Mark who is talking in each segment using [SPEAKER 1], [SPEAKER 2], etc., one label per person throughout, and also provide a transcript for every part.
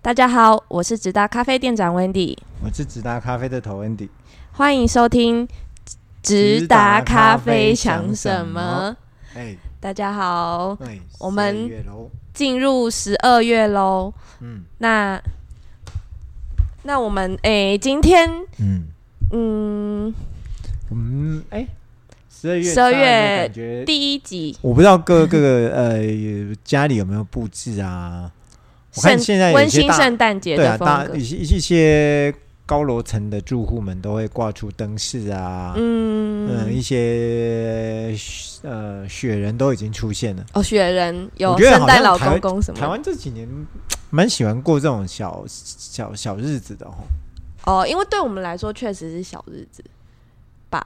[SPEAKER 1] 大家好，我是直达咖啡店长 Wendy，
[SPEAKER 2] 我是直达咖啡的头 Andy。
[SPEAKER 1] 欢迎收听直达咖啡想什么。
[SPEAKER 2] 哎，
[SPEAKER 1] 大家好，
[SPEAKER 2] 对，
[SPEAKER 1] 我们
[SPEAKER 2] 四月喽，
[SPEAKER 1] 进入十二月喽。
[SPEAKER 2] 嗯
[SPEAKER 1] 那那我们诶、今天
[SPEAKER 2] 嗯
[SPEAKER 1] 嗯
[SPEAKER 2] 嗯，哎，十二月
[SPEAKER 1] 12月
[SPEAKER 2] 大家有没有感觉，
[SPEAKER 1] 第一集
[SPEAKER 2] 我不知道各各个呃家里有没有布置啊？我看
[SPEAKER 1] 圣
[SPEAKER 2] 现在有一
[SPEAKER 1] 温
[SPEAKER 2] 些
[SPEAKER 1] 馨
[SPEAKER 2] 大
[SPEAKER 1] 圣诞节
[SPEAKER 2] 对啊，
[SPEAKER 1] 的风
[SPEAKER 2] 大
[SPEAKER 1] 格，
[SPEAKER 2] 一些一些高楼层的住户们都会挂出灯饰啊，嗯，
[SPEAKER 1] 嗯
[SPEAKER 2] 一些呃雪人都已经出现了。
[SPEAKER 1] 哦，雪人有
[SPEAKER 2] 我觉得
[SPEAKER 1] 圣
[SPEAKER 2] 好像
[SPEAKER 1] 诞老
[SPEAKER 2] 台湾
[SPEAKER 1] 公公什
[SPEAKER 2] 台
[SPEAKER 1] 么的
[SPEAKER 2] 湾这几年蛮喜欢过这种小小小日子的哦。
[SPEAKER 1] 哦，因为对我们来说确实是小日子吧。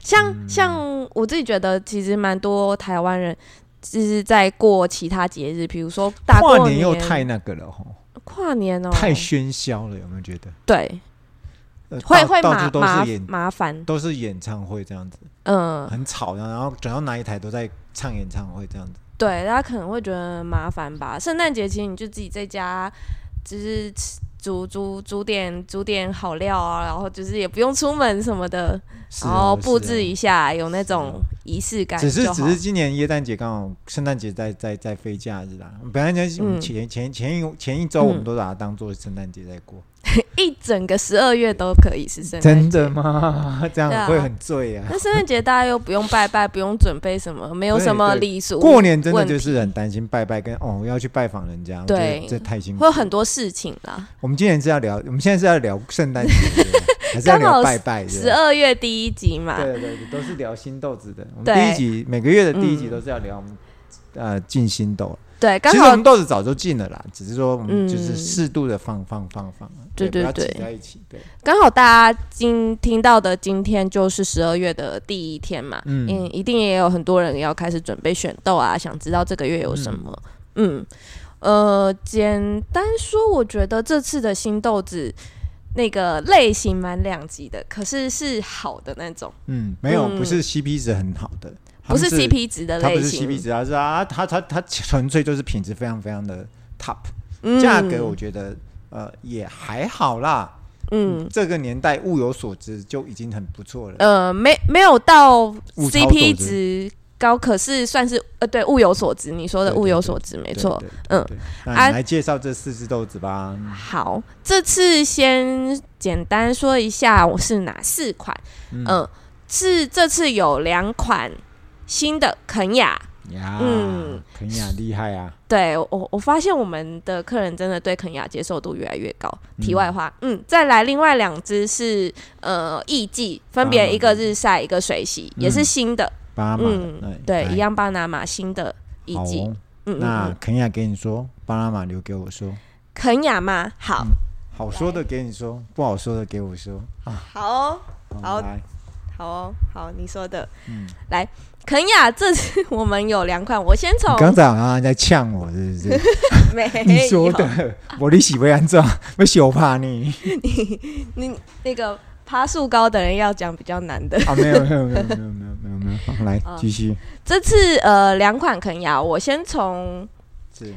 [SPEAKER 1] 像、
[SPEAKER 2] 嗯
[SPEAKER 1] 像我自己觉得，其实蛮多台湾人就是在过其他节日，比如说大过
[SPEAKER 2] 跨
[SPEAKER 1] 年
[SPEAKER 2] 又太那个了吼，
[SPEAKER 1] 跨年哦，
[SPEAKER 2] 太喧嚣了，有没有觉得？
[SPEAKER 1] 对，
[SPEAKER 2] 呃
[SPEAKER 1] 会
[SPEAKER 2] 到
[SPEAKER 1] 会
[SPEAKER 2] 到
[SPEAKER 1] 麻
[SPEAKER 2] 处都
[SPEAKER 1] 麻
[SPEAKER 2] 是演
[SPEAKER 1] 麻烦，
[SPEAKER 2] 都是演唱会这样子，
[SPEAKER 1] 嗯，
[SPEAKER 2] 很吵，然后转到哪一台都在唱演唱会这样子。
[SPEAKER 1] 对，大家可能会觉得很麻烦吧。圣诞节其实你就自己在家，就是吃煮煮煮点煮点好料啊，然后就是也不用出门什么的，
[SPEAKER 2] 是
[SPEAKER 1] 然
[SPEAKER 2] 哦
[SPEAKER 1] 后
[SPEAKER 2] 是
[SPEAKER 1] 布
[SPEAKER 2] 哦
[SPEAKER 1] 置一下，有那
[SPEAKER 2] 是
[SPEAKER 1] 种
[SPEAKER 2] 哦
[SPEAKER 1] 仪式感就
[SPEAKER 2] 只是
[SPEAKER 1] 好。
[SPEAKER 2] 只是今年耶诞节刚好圣诞节在在在非假日啦，本来呢
[SPEAKER 1] 嗯
[SPEAKER 2] 我们前、前前一前一周我
[SPEAKER 1] 嗯
[SPEAKER 2] 们都把它当做圣诞节在过，
[SPEAKER 1] 一整个十二月都可以是圣诞节。
[SPEAKER 2] 的吗？这
[SPEAKER 1] 嗯对啊
[SPEAKER 2] 样会很醉啊！
[SPEAKER 1] 那圣诞节大家又不用拜拜，不用准备什么，没有什么
[SPEAKER 2] 对对
[SPEAKER 1] 礼俗。
[SPEAKER 2] 过年真的
[SPEAKER 1] 问
[SPEAKER 2] 就是很担心拜拜跟哦要去拜访人家，我觉
[SPEAKER 1] 对
[SPEAKER 2] 得这太辛苦
[SPEAKER 1] 会。有很多事情啦。
[SPEAKER 2] 我们今年是要聊，我们现在是要聊 圣诞节，对不对还是要
[SPEAKER 1] 刚好
[SPEAKER 2] 聊拜拜？对不
[SPEAKER 1] 十
[SPEAKER 2] 对
[SPEAKER 1] 二月第一集嘛，
[SPEAKER 2] 对对对，都是聊新豆子的。我们第
[SPEAKER 1] 对
[SPEAKER 2] 一集每个月的第一集
[SPEAKER 1] 嗯
[SPEAKER 2] 都是要聊我们呃进新豆。
[SPEAKER 1] 对，刚
[SPEAKER 2] 其实我
[SPEAKER 1] 好
[SPEAKER 2] 们豆子早就进了啦，只是说我们就
[SPEAKER 1] 嗯
[SPEAKER 2] 是适度的放放放放啊，
[SPEAKER 1] 对
[SPEAKER 2] 不要
[SPEAKER 1] 嗯对
[SPEAKER 2] 挤
[SPEAKER 1] 对
[SPEAKER 2] 在一起。对，
[SPEAKER 1] 刚好大家今听到的今天就是十二月的第一天嘛，嗯
[SPEAKER 2] 嗯
[SPEAKER 1] 一定也有很多人要开始准备选豆啊，想知道这个月有什么，嗯，呃，简单说，我觉得这次的新豆子那个类型蛮两极的，可是是好的那种，
[SPEAKER 2] 嗯，没有，
[SPEAKER 1] 嗯
[SPEAKER 2] 不是 CP 值很好的，他
[SPEAKER 1] 不
[SPEAKER 2] 们
[SPEAKER 1] 是 CP 值的
[SPEAKER 2] 它不
[SPEAKER 1] 类
[SPEAKER 2] 是
[SPEAKER 1] 型，
[SPEAKER 2] CP 值，它是啊，它它它纯粹就是品质非常非常的 top，
[SPEAKER 1] 嗯
[SPEAKER 2] 价格我觉得呃也还好啦。
[SPEAKER 1] 嗯。
[SPEAKER 2] 这个年代物有所值就已经很不错了。
[SPEAKER 1] 呃，没没有到
[SPEAKER 2] 物超所值
[SPEAKER 1] CP 值高，可是算是呃，对，物有所值。你说的
[SPEAKER 2] 对对
[SPEAKER 1] 物有所值，没
[SPEAKER 2] 对
[SPEAKER 1] 错。，嗯
[SPEAKER 2] 嗯，对那
[SPEAKER 1] 啊
[SPEAKER 2] 你来介绍这四只豆子吧。
[SPEAKER 1] 好，这次先简单说一下我是哪四款。嗯、
[SPEAKER 2] 嗯
[SPEAKER 1] 是这次有两款新的肯雅。
[SPEAKER 2] 呀，
[SPEAKER 1] 嗯
[SPEAKER 2] 肯雅厉害啊！
[SPEAKER 1] 对我，我发现我们的客人真的对肯雅接受度越来越高。题外话，嗯，再来另外两只是呃艺伎，分别一个日晒，一个水洗，也是
[SPEAKER 2] 嗯
[SPEAKER 1] 新的。
[SPEAKER 2] 巴马的，
[SPEAKER 1] 嗯
[SPEAKER 2] 哎，
[SPEAKER 1] 对，
[SPEAKER 2] 来
[SPEAKER 1] 一样巴拿马新的艺
[SPEAKER 2] 好
[SPEAKER 1] 伎。
[SPEAKER 2] 哦。
[SPEAKER 1] 嗯，嗯
[SPEAKER 2] 那
[SPEAKER 1] 嗯
[SPEAKER 2] 肯雅给你说，巴拿马留给我说，
[SPEAKER 1] 肯雅吗？好，
[SPEAKER 2] 嗯好说的给你说，不好说的给我说。啊
[SPEAKER 1] 好哦，好
[SPEAKER 2] 来，
[SPEAKER 1] 好哦，好，你说的。
[SPEAKER 2] 嗯，
[SPEAKER 1] 肯雅这次我们有两款，我先从
[SPEAKER 2] 你刚才好像在呛我，是 不是？
[SPEAKER 1] 没
[SPEAKER 2] 你
[SPEAKER 1] 哎
[SPEAKER 2] 说
[SPEAKER 1] 有
[SPEAKER 2] 的，我你喜欢安怎？要羞怕你
[SPEAKER 1] 你那个爬树高的人要讲比较难的。
[SPEAKER 2] 啊？没有没有没有没有没有没有没有，好来
[SPEAKER 1] 啊
[SPEAKER 2] 继续。
[SPEAKER 1] 这次呃两款肯雅，我先从
[SPEAKER 2] 是，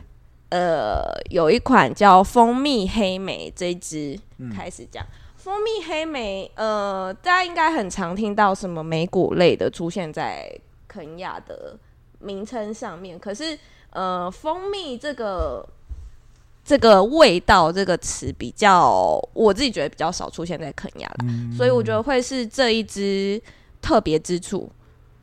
[SPEAKER 1] 呃有一款叫蜂蜜黑莓这一支
[SPEAKER 2] 嗯
[SPEAKER 1] 开始讲。蜂蜜黑莓，呃，大家应该很常听到什么莓果类的出现在肯亚的名称上面。可是，呃，蜂蜜这个这个味道这个词比较，我自己觉得比较少出现在肯亚啦，
[SPEAKER 2] 嗯
[SPEAKER 1] 所以我觉得会是这一支特别之处。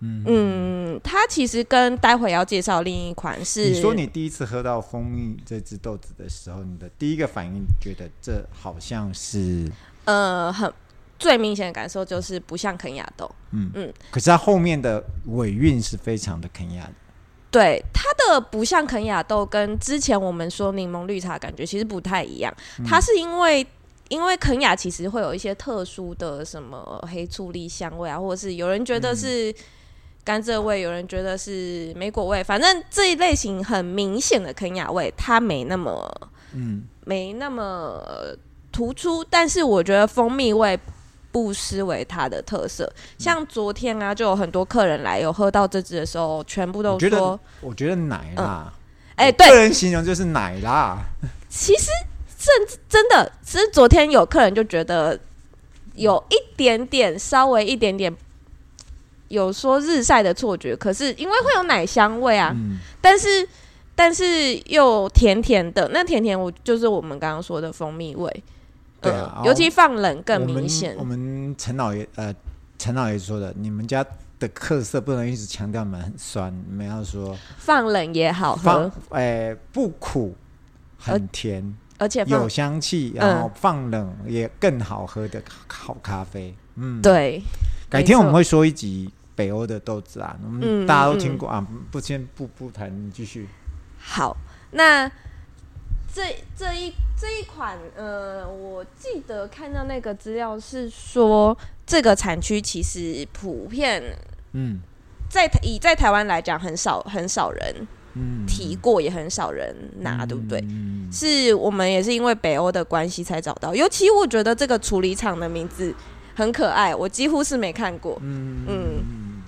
[SPEAKER 2] 嗯
[SPEAKER 1] 嗯，它其实跟待会要介绍另一款是，
[SPEAKER 2] 你说你第一次喝到蜂蜜这只豆子的时候，你的第一个反应觉得这好像是，
[SPEAKER 1] 呃，很最明显的感受就是不像肯亚豆。
[SPEAKER 2] 可是它后面的尾韵是非常的肯亚的。
[SPEAKER 1] 对它的不像肯雅豆，跟之前我们说柠檬绿茶感觉其实不太一样。它是因为因为肯雅其实会有一些特殊的什么黑醋栗香味啊，或者是有人觉得是甘蔗味，有人觉得是莓果味，反正这一类型很明显的肯雅味，它没那么
[SPEAKER 2] 嗯，
[SPEAKER 1] 没那么呃突出，但是我觉得蜂蜜味不失为它的特色。像昨天啊，就有很多客人来有喝到这支的时候，全部都
[SPEAKER 2] 我觉
[SPEAKER 1] 说
[SPEAKER 2] 得。我觉得奶啦，
[SPEAKER 1] 哎、
[SPEAKER 2] 我
[SPEAKER 1] 对，
[SPEAKER 2] 个人形容就是奶啦。
[SPEAKER 1] 其实真的，其实昨天有客人就觉得有一点点，稍微一点点有说日晒的错觉，可是因为会有奶香味啊，
[SPEAKER 2] 嗯，
[SPEAKER 1] 但是但是又甜甜的，那甜甜我就是我们刚刚说的蜂蜜味，
[SPEAKER 2] 对啊
[SPEAKER 1] 嗯尤其放冷更
[SPEAKER 2] 我
[SPEAKER 1] 明
[SPEAKER 2] 们
[SPEAKER 1] 显
[SPEAKER 2] 我。们陈老爷呃，陈老爷说的，你们家的特色不能一直强调你们很酸，你们要说
[SPEAKER 1] 放冷也好
[SPEAKER 2] 放
[SPEAKER 1] 喝，
[SPEAKER 2] 哎、不苦，很甜，
[SPEAKER 1] 而且
[SPEAKER 2] 有
[SPEAKER 1] 哎放
[SPEAKER 2] 香气，
[SPEAKER 1] 嗯
[SPEAKER 2] 然后放冷也更好喝的好咖啡。嗯，，
[SPEAKER 1] 对
[SPEAKER 2] 改天我们会说一集北欧的豆子啊，我
[SPEAKER 1] 嗯
[SPEAKER 2] 们大家都听过啊，不先不不谈，你继续。
[SPEAKER 1] 好。那这这一这一款，呃，我记得看到那个资料是说，这个产区其实普遍
[SPEAKER 2] 嗯
[SPEAKER 1] 在以在台湾来讲，很少很少人
[SPEAKER 2] 嗯，
[SPEAKER 1] 提过，也很少人拿，对不对？
[SPEAKER 2] 嗯，
[SPEAKER 1] 是我们也是因为北欧的关系才找到，尤其我觉得这个处理厂的名字很可爱，我几乎是没看过。
[SPEAKER 2] 嗯
[SPEAKER 1] 嗯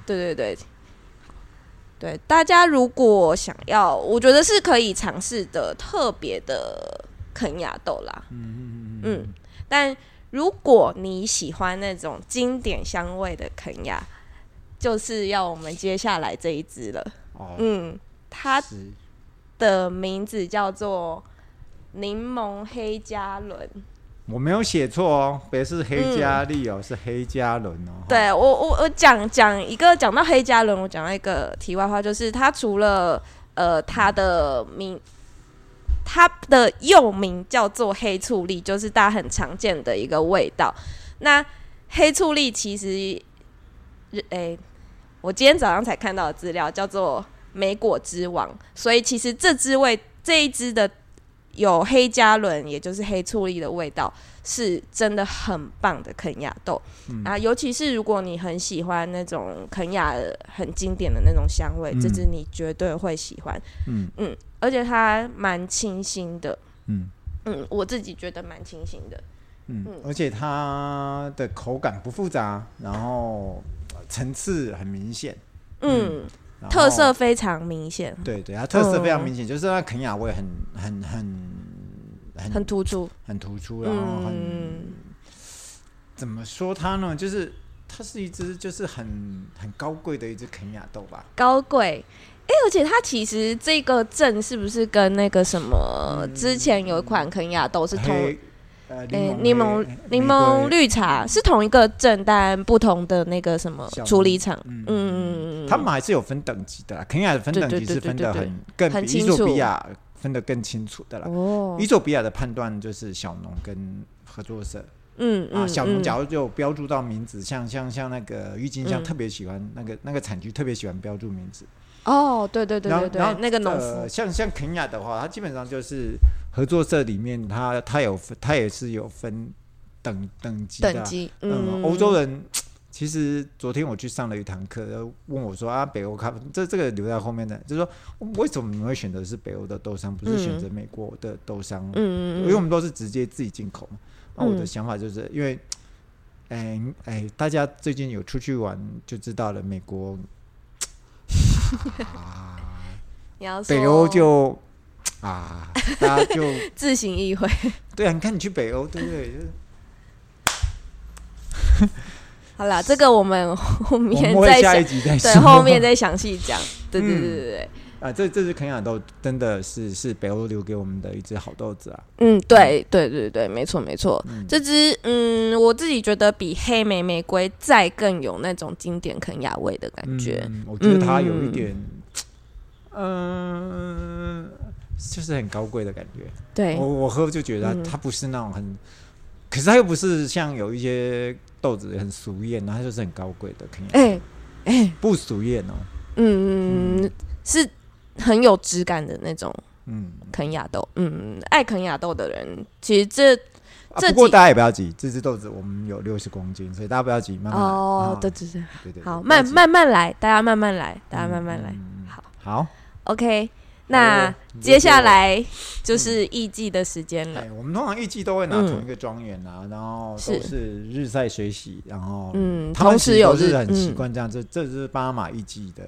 [SPEAKER 1] 对对对，对大家如果想要，我觉得是可以尝试的特别的肯亚豆啦。
[SPEAKER 2] 嗯
[SPEAKER 1] 嗯，但如果你喜欢那种经典香味的肯亚，就是要我们接下来这一支了。
[SPEAKER 2] 哦，
[SPEAKER 1] 嗯，它
[SPEAKER 2] 是
[SPEAKER 1] 的名字叫做柠檬黑加仑。
[SPEAKER 2] 我没有写错哦，别是黑加利哦，是黑加仑哦。，
[SPEAKER 1] 对我我我讲讲一个讲到黑加仑，我讲到一个题外话，就是他除了呃他的名，他的幼名叫做黑醋栗，就是大家很常见的一个味道。那黑醋栗其实，呃诶、我今天早上才看到的资料叫做莓果之王，所以其实这支味这一支的有黑加仑，也就是黑醋栗的味道，是真的很棒的肯亚豆。
[SPEAKER 2] 嗯
[SPEAKER 1] 啊，尤其是如果你很喜欢那种肯雅的很经典的那种香味，这
[SPEAKER 2] 嗯
[SPEAKER 1] 支你绝对会喜欢，
[SPEAKER 2] 嗯
[SPEAKER 1] 而且它蛮清新的，
[SPEAKER 2] 嗯
[SPEAKER 1] 嗯，我自己觉得蛮清新的，
[SPEAKER 2] 嗯，而且它的口感不复杂，然后呃层次很明显，
[SPEAKER 1] 嗯，
[SPEAKER 2] 然后
[SPEAKER 1] 特色非常明显，
[SPEAKER 2] 对对，它特色非常明显，就是它肯雅味很很很
[SPEAKER 1] 很
[SPEAKER 2] 很
[SPEAKER 1] 突出，
[SPEAKER 2] 很突出，然后很、
[SPEAKER 1] 嗯，
[SPEAKER 2] 怎么说它呢？就是它是一只就是很很高贵的一只肯雅豆吧。
[SPEAKER 1] 高贵。哎、而且它其实这个镇是不是跟那个什么
[SPEAKER 2] 嗯
[SPEAKER 1] 之前有一款肯雅豆是同
[SPEAKER 2] 黑呃
[SPEAKER 1] 诶柠
[SPEAKER 2] 柠檬
[SPEAKER 1] 檬
[SPEAKER 2] 黑
[SPEAKER 1] 柠
[SPEAKER 2] 玫
[SPEAKER 1] 檬
[SPEAKER 2] 瑰
[SPEAKER 1] 绿茶是同一个镇，但不同的那个什么
[SPEAKER 2] 小
[SPEAKER 1] 处理
[SPEAKER 2] 农
[SPEAKER 1] 厂，
[SPEAKER 2] 嗯
[SPEAKER 1] 嗯嗯嗯，
[SPEAKER 2] 他们还是有分等级的啦，肯雅的分等级是分的
[SPEAKER 1] 对对对对
[SPEAKER 2] 很更
[SPEAKER 1] 很
[SPEAKER 2] 比
[SPEAKER 1] 清
[SPEAKER 2] 伊索
[SPEAKER 1] 楚
[SPEAKER 2] 比亚分得更清楚的啦。
[SPEAKER 1] 哦
[SPEAKER 2] 伊，索比亚的判断就是小农跟合作社
[SPEAKER 1] 嗯
[SPEAKER 2] 啊，
[SPEAKER 1] 嗯，
[SPEAKER 2] 小农
[SPEAKER 1] 嗯
[SPEAKER 2] 假如就有标注到名字，像像像那个郁金香
[SPEAKER 1] 嗯
[SPEAKER 2] 特别喜欢那个那个产区特别喜欢标注名字，
[SPEAKER 1] 哦，对对对
[SPEAKER 2] 然后
[SPEAKER 1] 对
[SPEAKER 2] 然后
[SPEAKER 1] 对，那个农
[SPEAKER 2] 呃
[SPEAKER 1] 夫，
[SPEAKER 2] 像像肯雅的话，它基本上就是合作社里面它它有分它也是有分等等级的啊
[SPEAKER 1] 等级，
[SPEAKER 2] 嗯，欧洲人其实昨天我去上了一堂课，然后问我说啊，北欧咖啡，这这个留在后面的，就是说为什么你们会选择是北欧的豆商，不是选择美国的豆商？
[SPEAKER 1] 嗯
[SPEAKER 2] 因
[SPEAKER 1] 嗯
[SPEAKER 2] 为我
[SPEAKER 1] 嗯，
[SPEAKER 2] 们都是直接自己进口嘛。那、我的想法就是因为，哎哎，大家最近有出去玩就知道了，美国、啊、
[SPEAKER 1] 你要说
[SPEAKER 2] 北欧就啊，大家就
[SPEAKER 1] 自行意会。
[SPEAKER 2] 对啊，你看你去北欧，对不对？就是
[SPEAKER 1] 好啦，这个我们后
[SPEAKER 2] 我
[SPEAKER 1] 面
[SPEAKER 2] 们会
[SPEAKER 1] 再
[SPEAKER 2] 下
[SPEAKER 1] 想
[SPEAKER 2] 一，集再说。
[SPEAKER 1] 对，后面再详细讲。对对对对对，
[SPEAKER 2] 啊，这这只肯亚豆真的是是北欧留给我们的一只好豆子啊。
[SPEAKER 1] 嗯，对对对对，没错没错。
[SPEAKER 2] 嗯，
[SPEAKER 1] 这支嗯，我自己觉得比黑莓玫瑰再更有那种经典肯雅味的感觉。
[SPEAKER 2] 嗯我觉得它有一点，嗯、就是很高贵的感觉。
[SPEAKER 1] 对
[SPEAKER 2] 我，我喝就觉得它,、
[SPEAKER 1] 嗯
[SPEAKER 2] 不是那种很，可是它又不是像有一些豆子很俗艳，然后它就是很高贵的肯亚，
[SPEAKER 1] 哎哎，
[SPEAKER 2] 不俗艳哦。
[SPEAKER 1] 嗯，嗯是很有质感的那种
[SPEAKER 2] 嗯，
[SPEAKER 1] 肯雅豆。嗯，爱肯雅豆的人，其实这
[SPEAKER 2] 啊、
[SPEAKER 1] 这
[SPEAKER 2] 不过
[SPEAKER 1] 几
[SPEAKER 2] 大家也不要急，这只豆子我们有六十公斤，所以大家不要急，慢慢来。
[SPEAKER 1] 哦
[SPEAKER 2] 啊，
[SPEAKER 1] 对对对，
[SPEAKER 2] 对对，
[SPEAKER 1] 好，
[SPEAKER 2] 不要
[SPEAKER 1] 慢
[SPEAKER 2] 急
[SPEAKER 1] 慢慢来，大家慢慢来，大家慢慢来。
[SPEAKER 2] 嗯
[SPEAKER 1] 好
[SPEAKER 2] 好，
[SPEAKER 1] OK，那
[SPEAKER 2] 好你就
[SPEAKER 1] 接下
[SPEAKER 2] 给我
[SPEAKER 1] 来
[SPEAKER 2] 嗯
[SPEAKER 1] 就是艺伎的时间了。
[SPEAKER 2] 哎，我们通常一季都会拿同一个庄园啊，然后都
[SPEAKER 1] 是
[SPEAKER 2] 是日晒水洗，然后
[SPEAKER 1] 嗯，
[SPEAKER 2] 他们
[SPEAKER 1] 同
[SPEAKER 2] 其
[SPEAKER 1] 时
[SPEAKER 2] 实
[SPEAKER 1] 有
[SPEAKER 2] 都
[SPEAKER 1] 日
[SPEAKER 2] 是很习
[SPEAKER 1] 嗯
[SPEAKER 2] 惯这样，这这是巴马一季的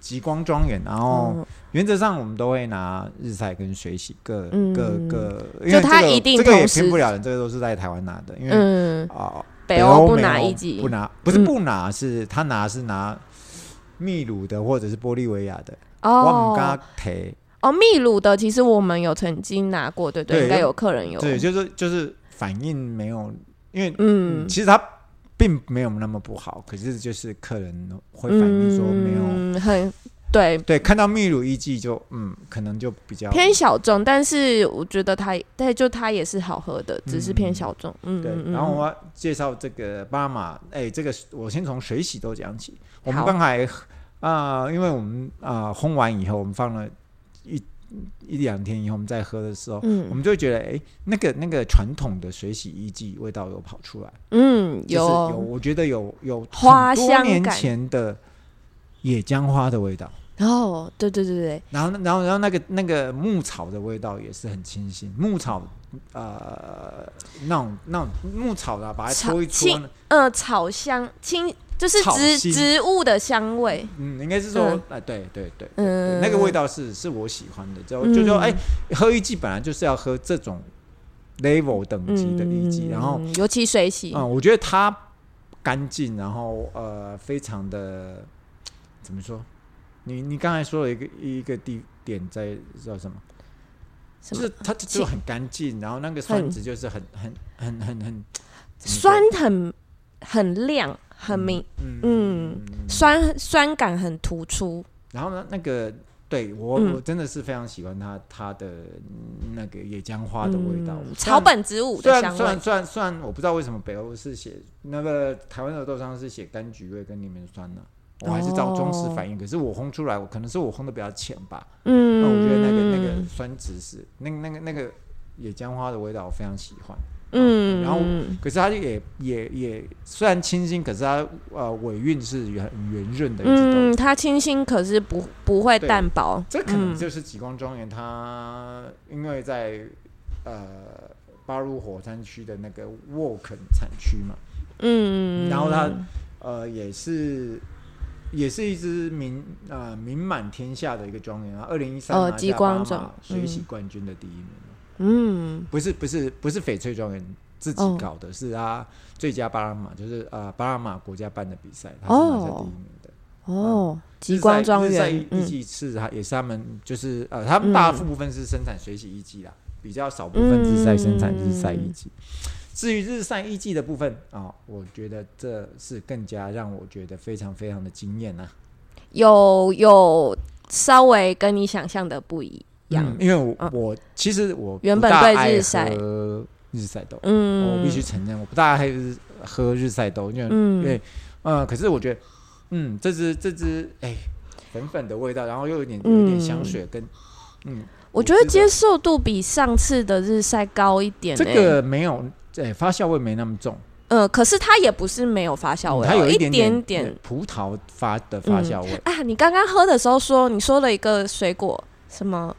[SPEAKER 2] 极光庄园，然后
[SPEAKER 1] 嗯
[SPEAKER 2] 原则上我们都会拿日晒跟水洗各、
[SPEAKER 1] 嗯
[SPEAKER 2] 各各，因为
[SPEAKER 1] 就它
[SPEAKER 2] 这个
[SPEAKER 1] 一定
[SPEAKER 2] 这个也
[SPEAKER 1] 同时
[SPEAKER 2] 骗不了人，这个都是在台湾拿的，因为啊、
[SPEAKER 1] 嗯，
[SPEAKER 2] 哦
[SPEAKER 1] 北
[SPEAKER 2] 欧
[SPEAKER 1] 欧不
[SPEAKER 2] 美
[SPEAKER 1] 拿
[SPEAKER 2] 欧
[SPEAKER 1] 一季
[SPEAKER 2] 不拿不是
[SPEAKER 1] 嗯
[SPEAKER 2] 不拿，是他拿是拿秘鲁的或者是玻利维亚的，旺嘎
[SPEAKER 1] 哦
[SPEAKER 2] 培，
[SPEAKER 1] 哦，秘鲁的其实我们有曾经拿过，对对，
[SPEAKER 2] 对
[SPEAKER 1] 应该有客人有，
[SPEAKER 2] 对，就是就是反应没有，因为
[SPEAKER 1] 嗯，
[SPEAKER 2] 其实它并没有那么不好，可是就是客人嗯会反映说没有。
[SPEAKER 1] 嗯、很对
[SPEAKER 2] 对，看到秘鲁一季就嗯，可能就比较
[SPEAKER 1] 偏小众，但是我觉得它，但就它也是好喝的，只是偏小众。嗯，
[SPEAKER 2] 对
[SPEAKER 1] 嗯。嗯
[SPEAKER 2] 然后
[SPEAKER 1] 嗯
[SPEAKER 2] 我要介绍这个巴拿马，哎，这个我先从水洗豆讲起。我们
[SPEAKER 1] 好
[SPEAKER 2] 刚才啊、因为我们啊、烘完以后，我们放了一一两天以后，我们再喝的时候，我
[SPEAKER 1] 嗯
[SPEAKER 2] 们就会觉得哎，那个那个传统的水洗一季味道有跑出来，
[SPEAKER 1] 嗯，
[SPEAKER 2] 就是有，
[SPEAKER 1] 有，
[SPEAKER 2] 我觉得有有
[SPEAKER 1] 花
[SPEAKER 2] 很多
[SPEAKER 1] 香
[SPEAKER 2] 年
[SPEAKER 1] 感
[SPEAKER 2] 前的野姜花的味道。
[SPEAKER 1] 然后哦对对对对，
[SPEAKER 2] 然后，然后，然后那个那个牧草的味道也是很清新，牧草，呃，那种那种牧草的、把它
[SPEAKER 1] 草
[SPEAKER 2] 搓一搓
[SPEAKER 1] 青
[SPEAKER 2] 呢，
[SPEAKER 1] 呃，草香清就是
[SPEAKER 2] 草
[SPEAKER 1] 植
[SPEAKER 2] 心
[SPEAKER 1] 植物的香味，
[SPEAKER 2] 嗯，应该是说，哎、
[SPEAKER 1] 嗯
[SPEAKER 2] 对对对，
[SPEAKER 1] 嗯，
[SPEAKER 2] 那个味道是是我喜欢的，就就说，哎、喝一季本来就是要喝这种 level 等
[SPEAKER 1] 嗯，
[SPEAKER 2] 级的一季，然后，
[SPEAKER 1] 尤其水洗，
[SPEAKER 2] 嗯，我觉得它干净，然后呃，非常的怎么说？你你刚才说了一个一个地点在叫什么？
[SPEAKER 1] 什
[SPEAKER 2] 就
[SPEAKER 1] 么
[SPEAKER 2] 是它就就很干净，然后那个酸值就是很很很很很怎么说
[SPEAKER 1] 酸很很亮，很明，
[SPEAKER 2] 嗯
[SPEAKER 1] 嗯，酸酸感很突出，
[SPEAKER 2] 然后呢，那个对我、
[SPEAKER 1] 嗯
[SPEAKER 2] 我真的是非常喜欢它它的嗯那个野姜花的味道，
[SPEAKER 1] 嗯
[SPEAKER 2] 虽然
[SPEAKER 1] 草。本植物
[SPEAKER 2] 虽
[SPEAKER 1] 的
[SPEAKER 2] 然
[SPEAKER 1] 香
[SPEAKER 2] 虽然
[SPEAKER 1] 味，
[SPEAKER 2] 虽然虽然我不知道为什么北欧是写那个台湾的豆商是写柑橘味跟柠檬酸呢、
[SPEAKER 1] 哦
[SPEAKER 2] 我还是照中式反应，可是我烘出来，我可能是我烘的比较浅吧，那、
[SPEAKER 1] 嗯，
[SPEAKER 2] 我觉得那个那个酸值是那个那个那个野姜花的味道我非常喜欢。
[SPEAKER 1] 嗯，
[SPEAKER 2] 哦然后可是它也也也虽然清新，可是它呃尾韵是圆圆润的一只豆。
[SPEAKER 1] 嗯，它清新，可是不不会
[SPEAKER 2] 对
[SPEAKER 1] 淡薄。
[SPEAKER 2] 这可能
[SPEAKER 1] 嗯
[SPEAKER 2] 就是极光庄园，它因为在呃巴鲁火山区的那个沃肯产区嘛，
[SPEAKER 1] 嗯，
[SPEAKER 2] 然后它呃也是也是一支名呃名满天下的一个庄园啊，二零一三
[SPEAKER 1] 哦
[SPEAKER 2] 拿
[SPEAKER 1] 极
[SPEAKER 2] 下
[SPEAKER 1] 光
[SPEAKER 2] 巴马
[SPEAKER 1] 庄
[SPEAKER 2] 水洗
[SPEAKER 1] 嗯
[SPEAKER 2] 冠军的第一名嘛。
[SPEAKER 1] 嗯
[SPEAKER 2] 不是不是不是翡翠庄园自己
[SPEAKER 1] 哦
[SPEAKER 2] 搞的，是他最佳巴拿马，就是呃巴拿马国家办的比赛，他是拿下第一
[SPEAKER 1] 哦
[SPEAKER 2] 名的。
[SPEAKER 1] 哦，极光庄
[SPEAKER 2] 日晒
[SPEAKER 1] 园
[SPEAKER 2] 一，一
[SPEAKER 1] 嗯
[SPEAKER 2] 季是他也是他们就是呃他们大部分是生产水洗一季啦，比较少部分日晒生产日晒一季。
[SPEAKER 1] 嗯
[SPEAKER 2] 至于日晒一季的部分啊、我觉得这是更加让我觉得非常非常的惊艳啊！
[SPEAKER 1] 有有稍微跟你想象的不一样
[SPEAKER 2] 嗯。因为我、
[SPEAKER 1] 嗯
[SPEAKER 2] 我其实我
[SPEAKER 1] 原本
[SPEAKER 2] 不大
[SPEAKER 1] 对
[SPEAKER 2] 爱
[SPEAKER 1] 日晒
[SPEAKER 2] 喝日晒豆，
[SPEAKER 1] 嗯，
[SPEAKER 2] 哦我必须承认，我不大爱日喝日晒豆，因为、因
[SPEAKER 1] 嗯
[SPEAKER 2] 为呃，可是我觉得，嗯，这支这支哎粉粉的味道，然后又有点有
[SPEAKER 1] 嗯
[SPEAKER 2] 一点香水跟嗯，
[SPEAKER 1] 我觉得
[SPEAKER 2] 这
[SPEAKER 1] 接受度比上次的日晒高一点、欸。
[SPEAKER 2] 这个没有哎发酵味没那么重，嗯
[SPEAKER 1] 嗯，可是它也不是没有发酵味哦、
[SPEAKER 2] 它有
[SPEAKER 1] 一
[SPEAKER 2] 点
[SPEAKER 1] 点
[SPEAKER 2] 对葡萄发的发
[SPEAKER 1] 嗯
[SPEAKER 2] 酵味，
[SPEAKER 1] 啊。你刚刚喝的时候说，你说了一个水果，什么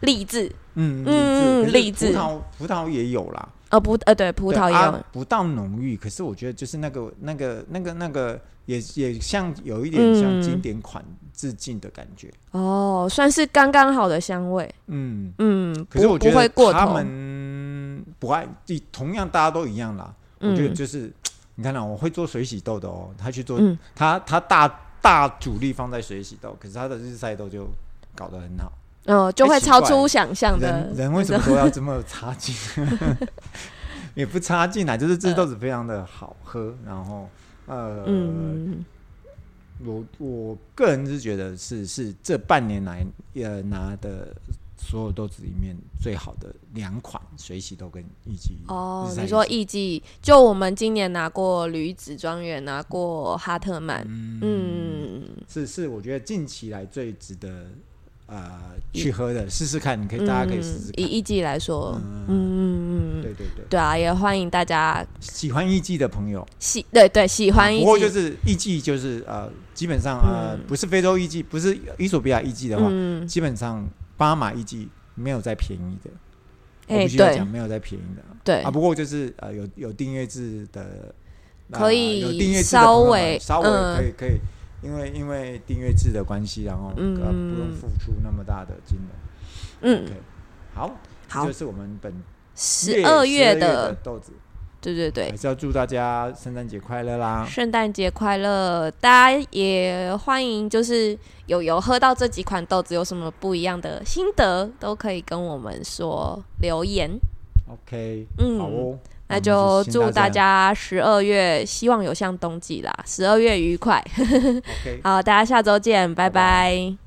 [SPEAKER 1] 荔枝？
[SPEAKER 2] 嗯
[SPEAKER 1] 嗯
[SPEAKER 2] 荔
[SPEAKER 1] 荔
[SPEAKER 2] 枝
[SPEAKER 1] 枝
[SPEAKER 2] 可是葡萄葡萄也有啦，
[SPEAKER 1] 呃，不，呃，对，葡
[SPEAKER 2] 对
[SPEAKER 1] 萄也有。
[SPEAKER 2] 啊、不到浓郁，可是我觉得就是那个那个那个那个也也像有一点
[SPEAKER 1] 嗯
[SPEAKER 2] 像经典款致敬的感觉，
[SPEAKER 1] 哦，算是刚刚好的香味，
[SPEAKER 2] 嗯
[SPEAKER 1] 嗯，
[SPEAKER 2] 可是
[SPEAKER 1] 不
[SPEAKER 2] 我觉
[SPEAKER 1] 不会
[SPEAKER 2] 得
[SPEAKER 1] 过
[SPEAKER 2] 他
[SPEAKER 1] 头，
[SPEAKER 2] 们不爱，一同样大家都一样啦。我觉得就是，你看啦，啊我会做水洗豆的哦，他去做，
[SPEAKER 1] 嗯
[SPEAKER 2] 他他大大主力放在水洗豆，可是他的日晒豆就搞得很好。
[SPEAKER 1] 嗯、就
[SPEAKER 2] 哎
[SPEAKER 1] 会
[SPEAKER 2] 奇
[SPEAKER 1] 超
[SPEAKER 2] 怪
[SPEAKER 1] 出想象的
[SPEAKER 2] 人。人为什 么都要这么差劲？ 也不差劲啦，就是这豆子非常的好喝，然后呃，
[SPEAKER 1] 嗯，
[SPEAKER 2] 我我个人是觉得是是这半年来呃拿的所有豆子里面最好的两款水洗豆跟一级
[SPEAKER 1] 哦
[SPEAKER 2] 日，晒
[SPEAKER 1] 你
[SPEAKER 2] 一
[SPEAKER 1] 说
[SPEAKER 2] 季
[SPEAKER 1] 艺伎，就我们今年拿过驴子庄园，拿过哈特曼，嗯，
[SPEAKER 2] 是是我觉得近期来最值得呃去喝的，试试看，你可以大家可以试试
[SPEAKER 1] 嗯以
[SPEAKER 2] 看。
[SPEAKER 1] 艺伎来说，
[SPEAKER 2] 嗯
[SPEAKER 1] 嗯嗯嗯嗯，
[SPEAKER 2] 对对对，
[SPEAKER 1] 对啊，也欢迎大家
[SPEAKER 2] 喜欢一季的朋友，
[SPEAKER 1] 喜对对喜欢艺
[SPEAKER 2] 啊不过就
[SPEAKER 1] 伎，
[SPEAKER 2] 是一季就是呃，基本上呃
[SPEAKER 1] 嗯
[SPEAKER 2] 不是非洲一季，不是伊索比亚一季的话，
[SPEAKER 1] 嗯，
[SPEAKER 2] 基本上巴马一季没有再便宜的，我
[SPEAKER 1] 哎
[SPEAKER 2] 必须要
[SPEAKER 1] 对
[SPEAKER 2] 讲没有再便宜的。
[SPEAKER 1] 对
[SPEAKER 2] 啊，，不过就是呃，有有订阅制的，呃呃
[SPEAKER 1] 可以
[SPEAKER 2] 有订阅制的
[SPEAKER 1] 稍
[SPEAKER 2] 朋友们
[SPEAKER 1] 微
[SPEAKER 2] 稍微
[SPEAKER 1] 嗯
[SPEAKER 2] 可以可以因为因为订阅制的关系，然后、
[SPEAKER 1] 嗯
[SPEAKER 2] 呃不用付出那么大的金额。
[SPEAKER 1] 嗯，
[SPEAKER 2] OK，好，
[SPEAKER 1] 好
[SPEAKER 2] 这就是我们本
[SPEAKER 1] 十二月
[SPEAKER 2] 12
[SPEAKER 1] 的，
[SPEAKER 2] 豆子，
[SPEAKER 1] 对对对
[SPEAKER 2] 还，是要祝大家圣诞节快乐啦！
[SPEAKER 1] 圣诞节快乐！大家也欢迎，就是有有喝到这几款豆子有什么不一样的心得，都可以跟我们说留言。
[SPEAKER 2] OK，、
[SPEAKER 1] 嗯
[SPEAKER 2] 好哦，
[SPEAKER 1] 那就祝大
[SPEAKER 2] 家
[SPEAKER 1] 家十二月希望有像冬季啦，十二月愉快。
[SPEAKER 2] OK，
[SPEAKER 1] 好，大家下周见，拜
[SPEAKER 2] 拜
[SPEAKER 1] 拜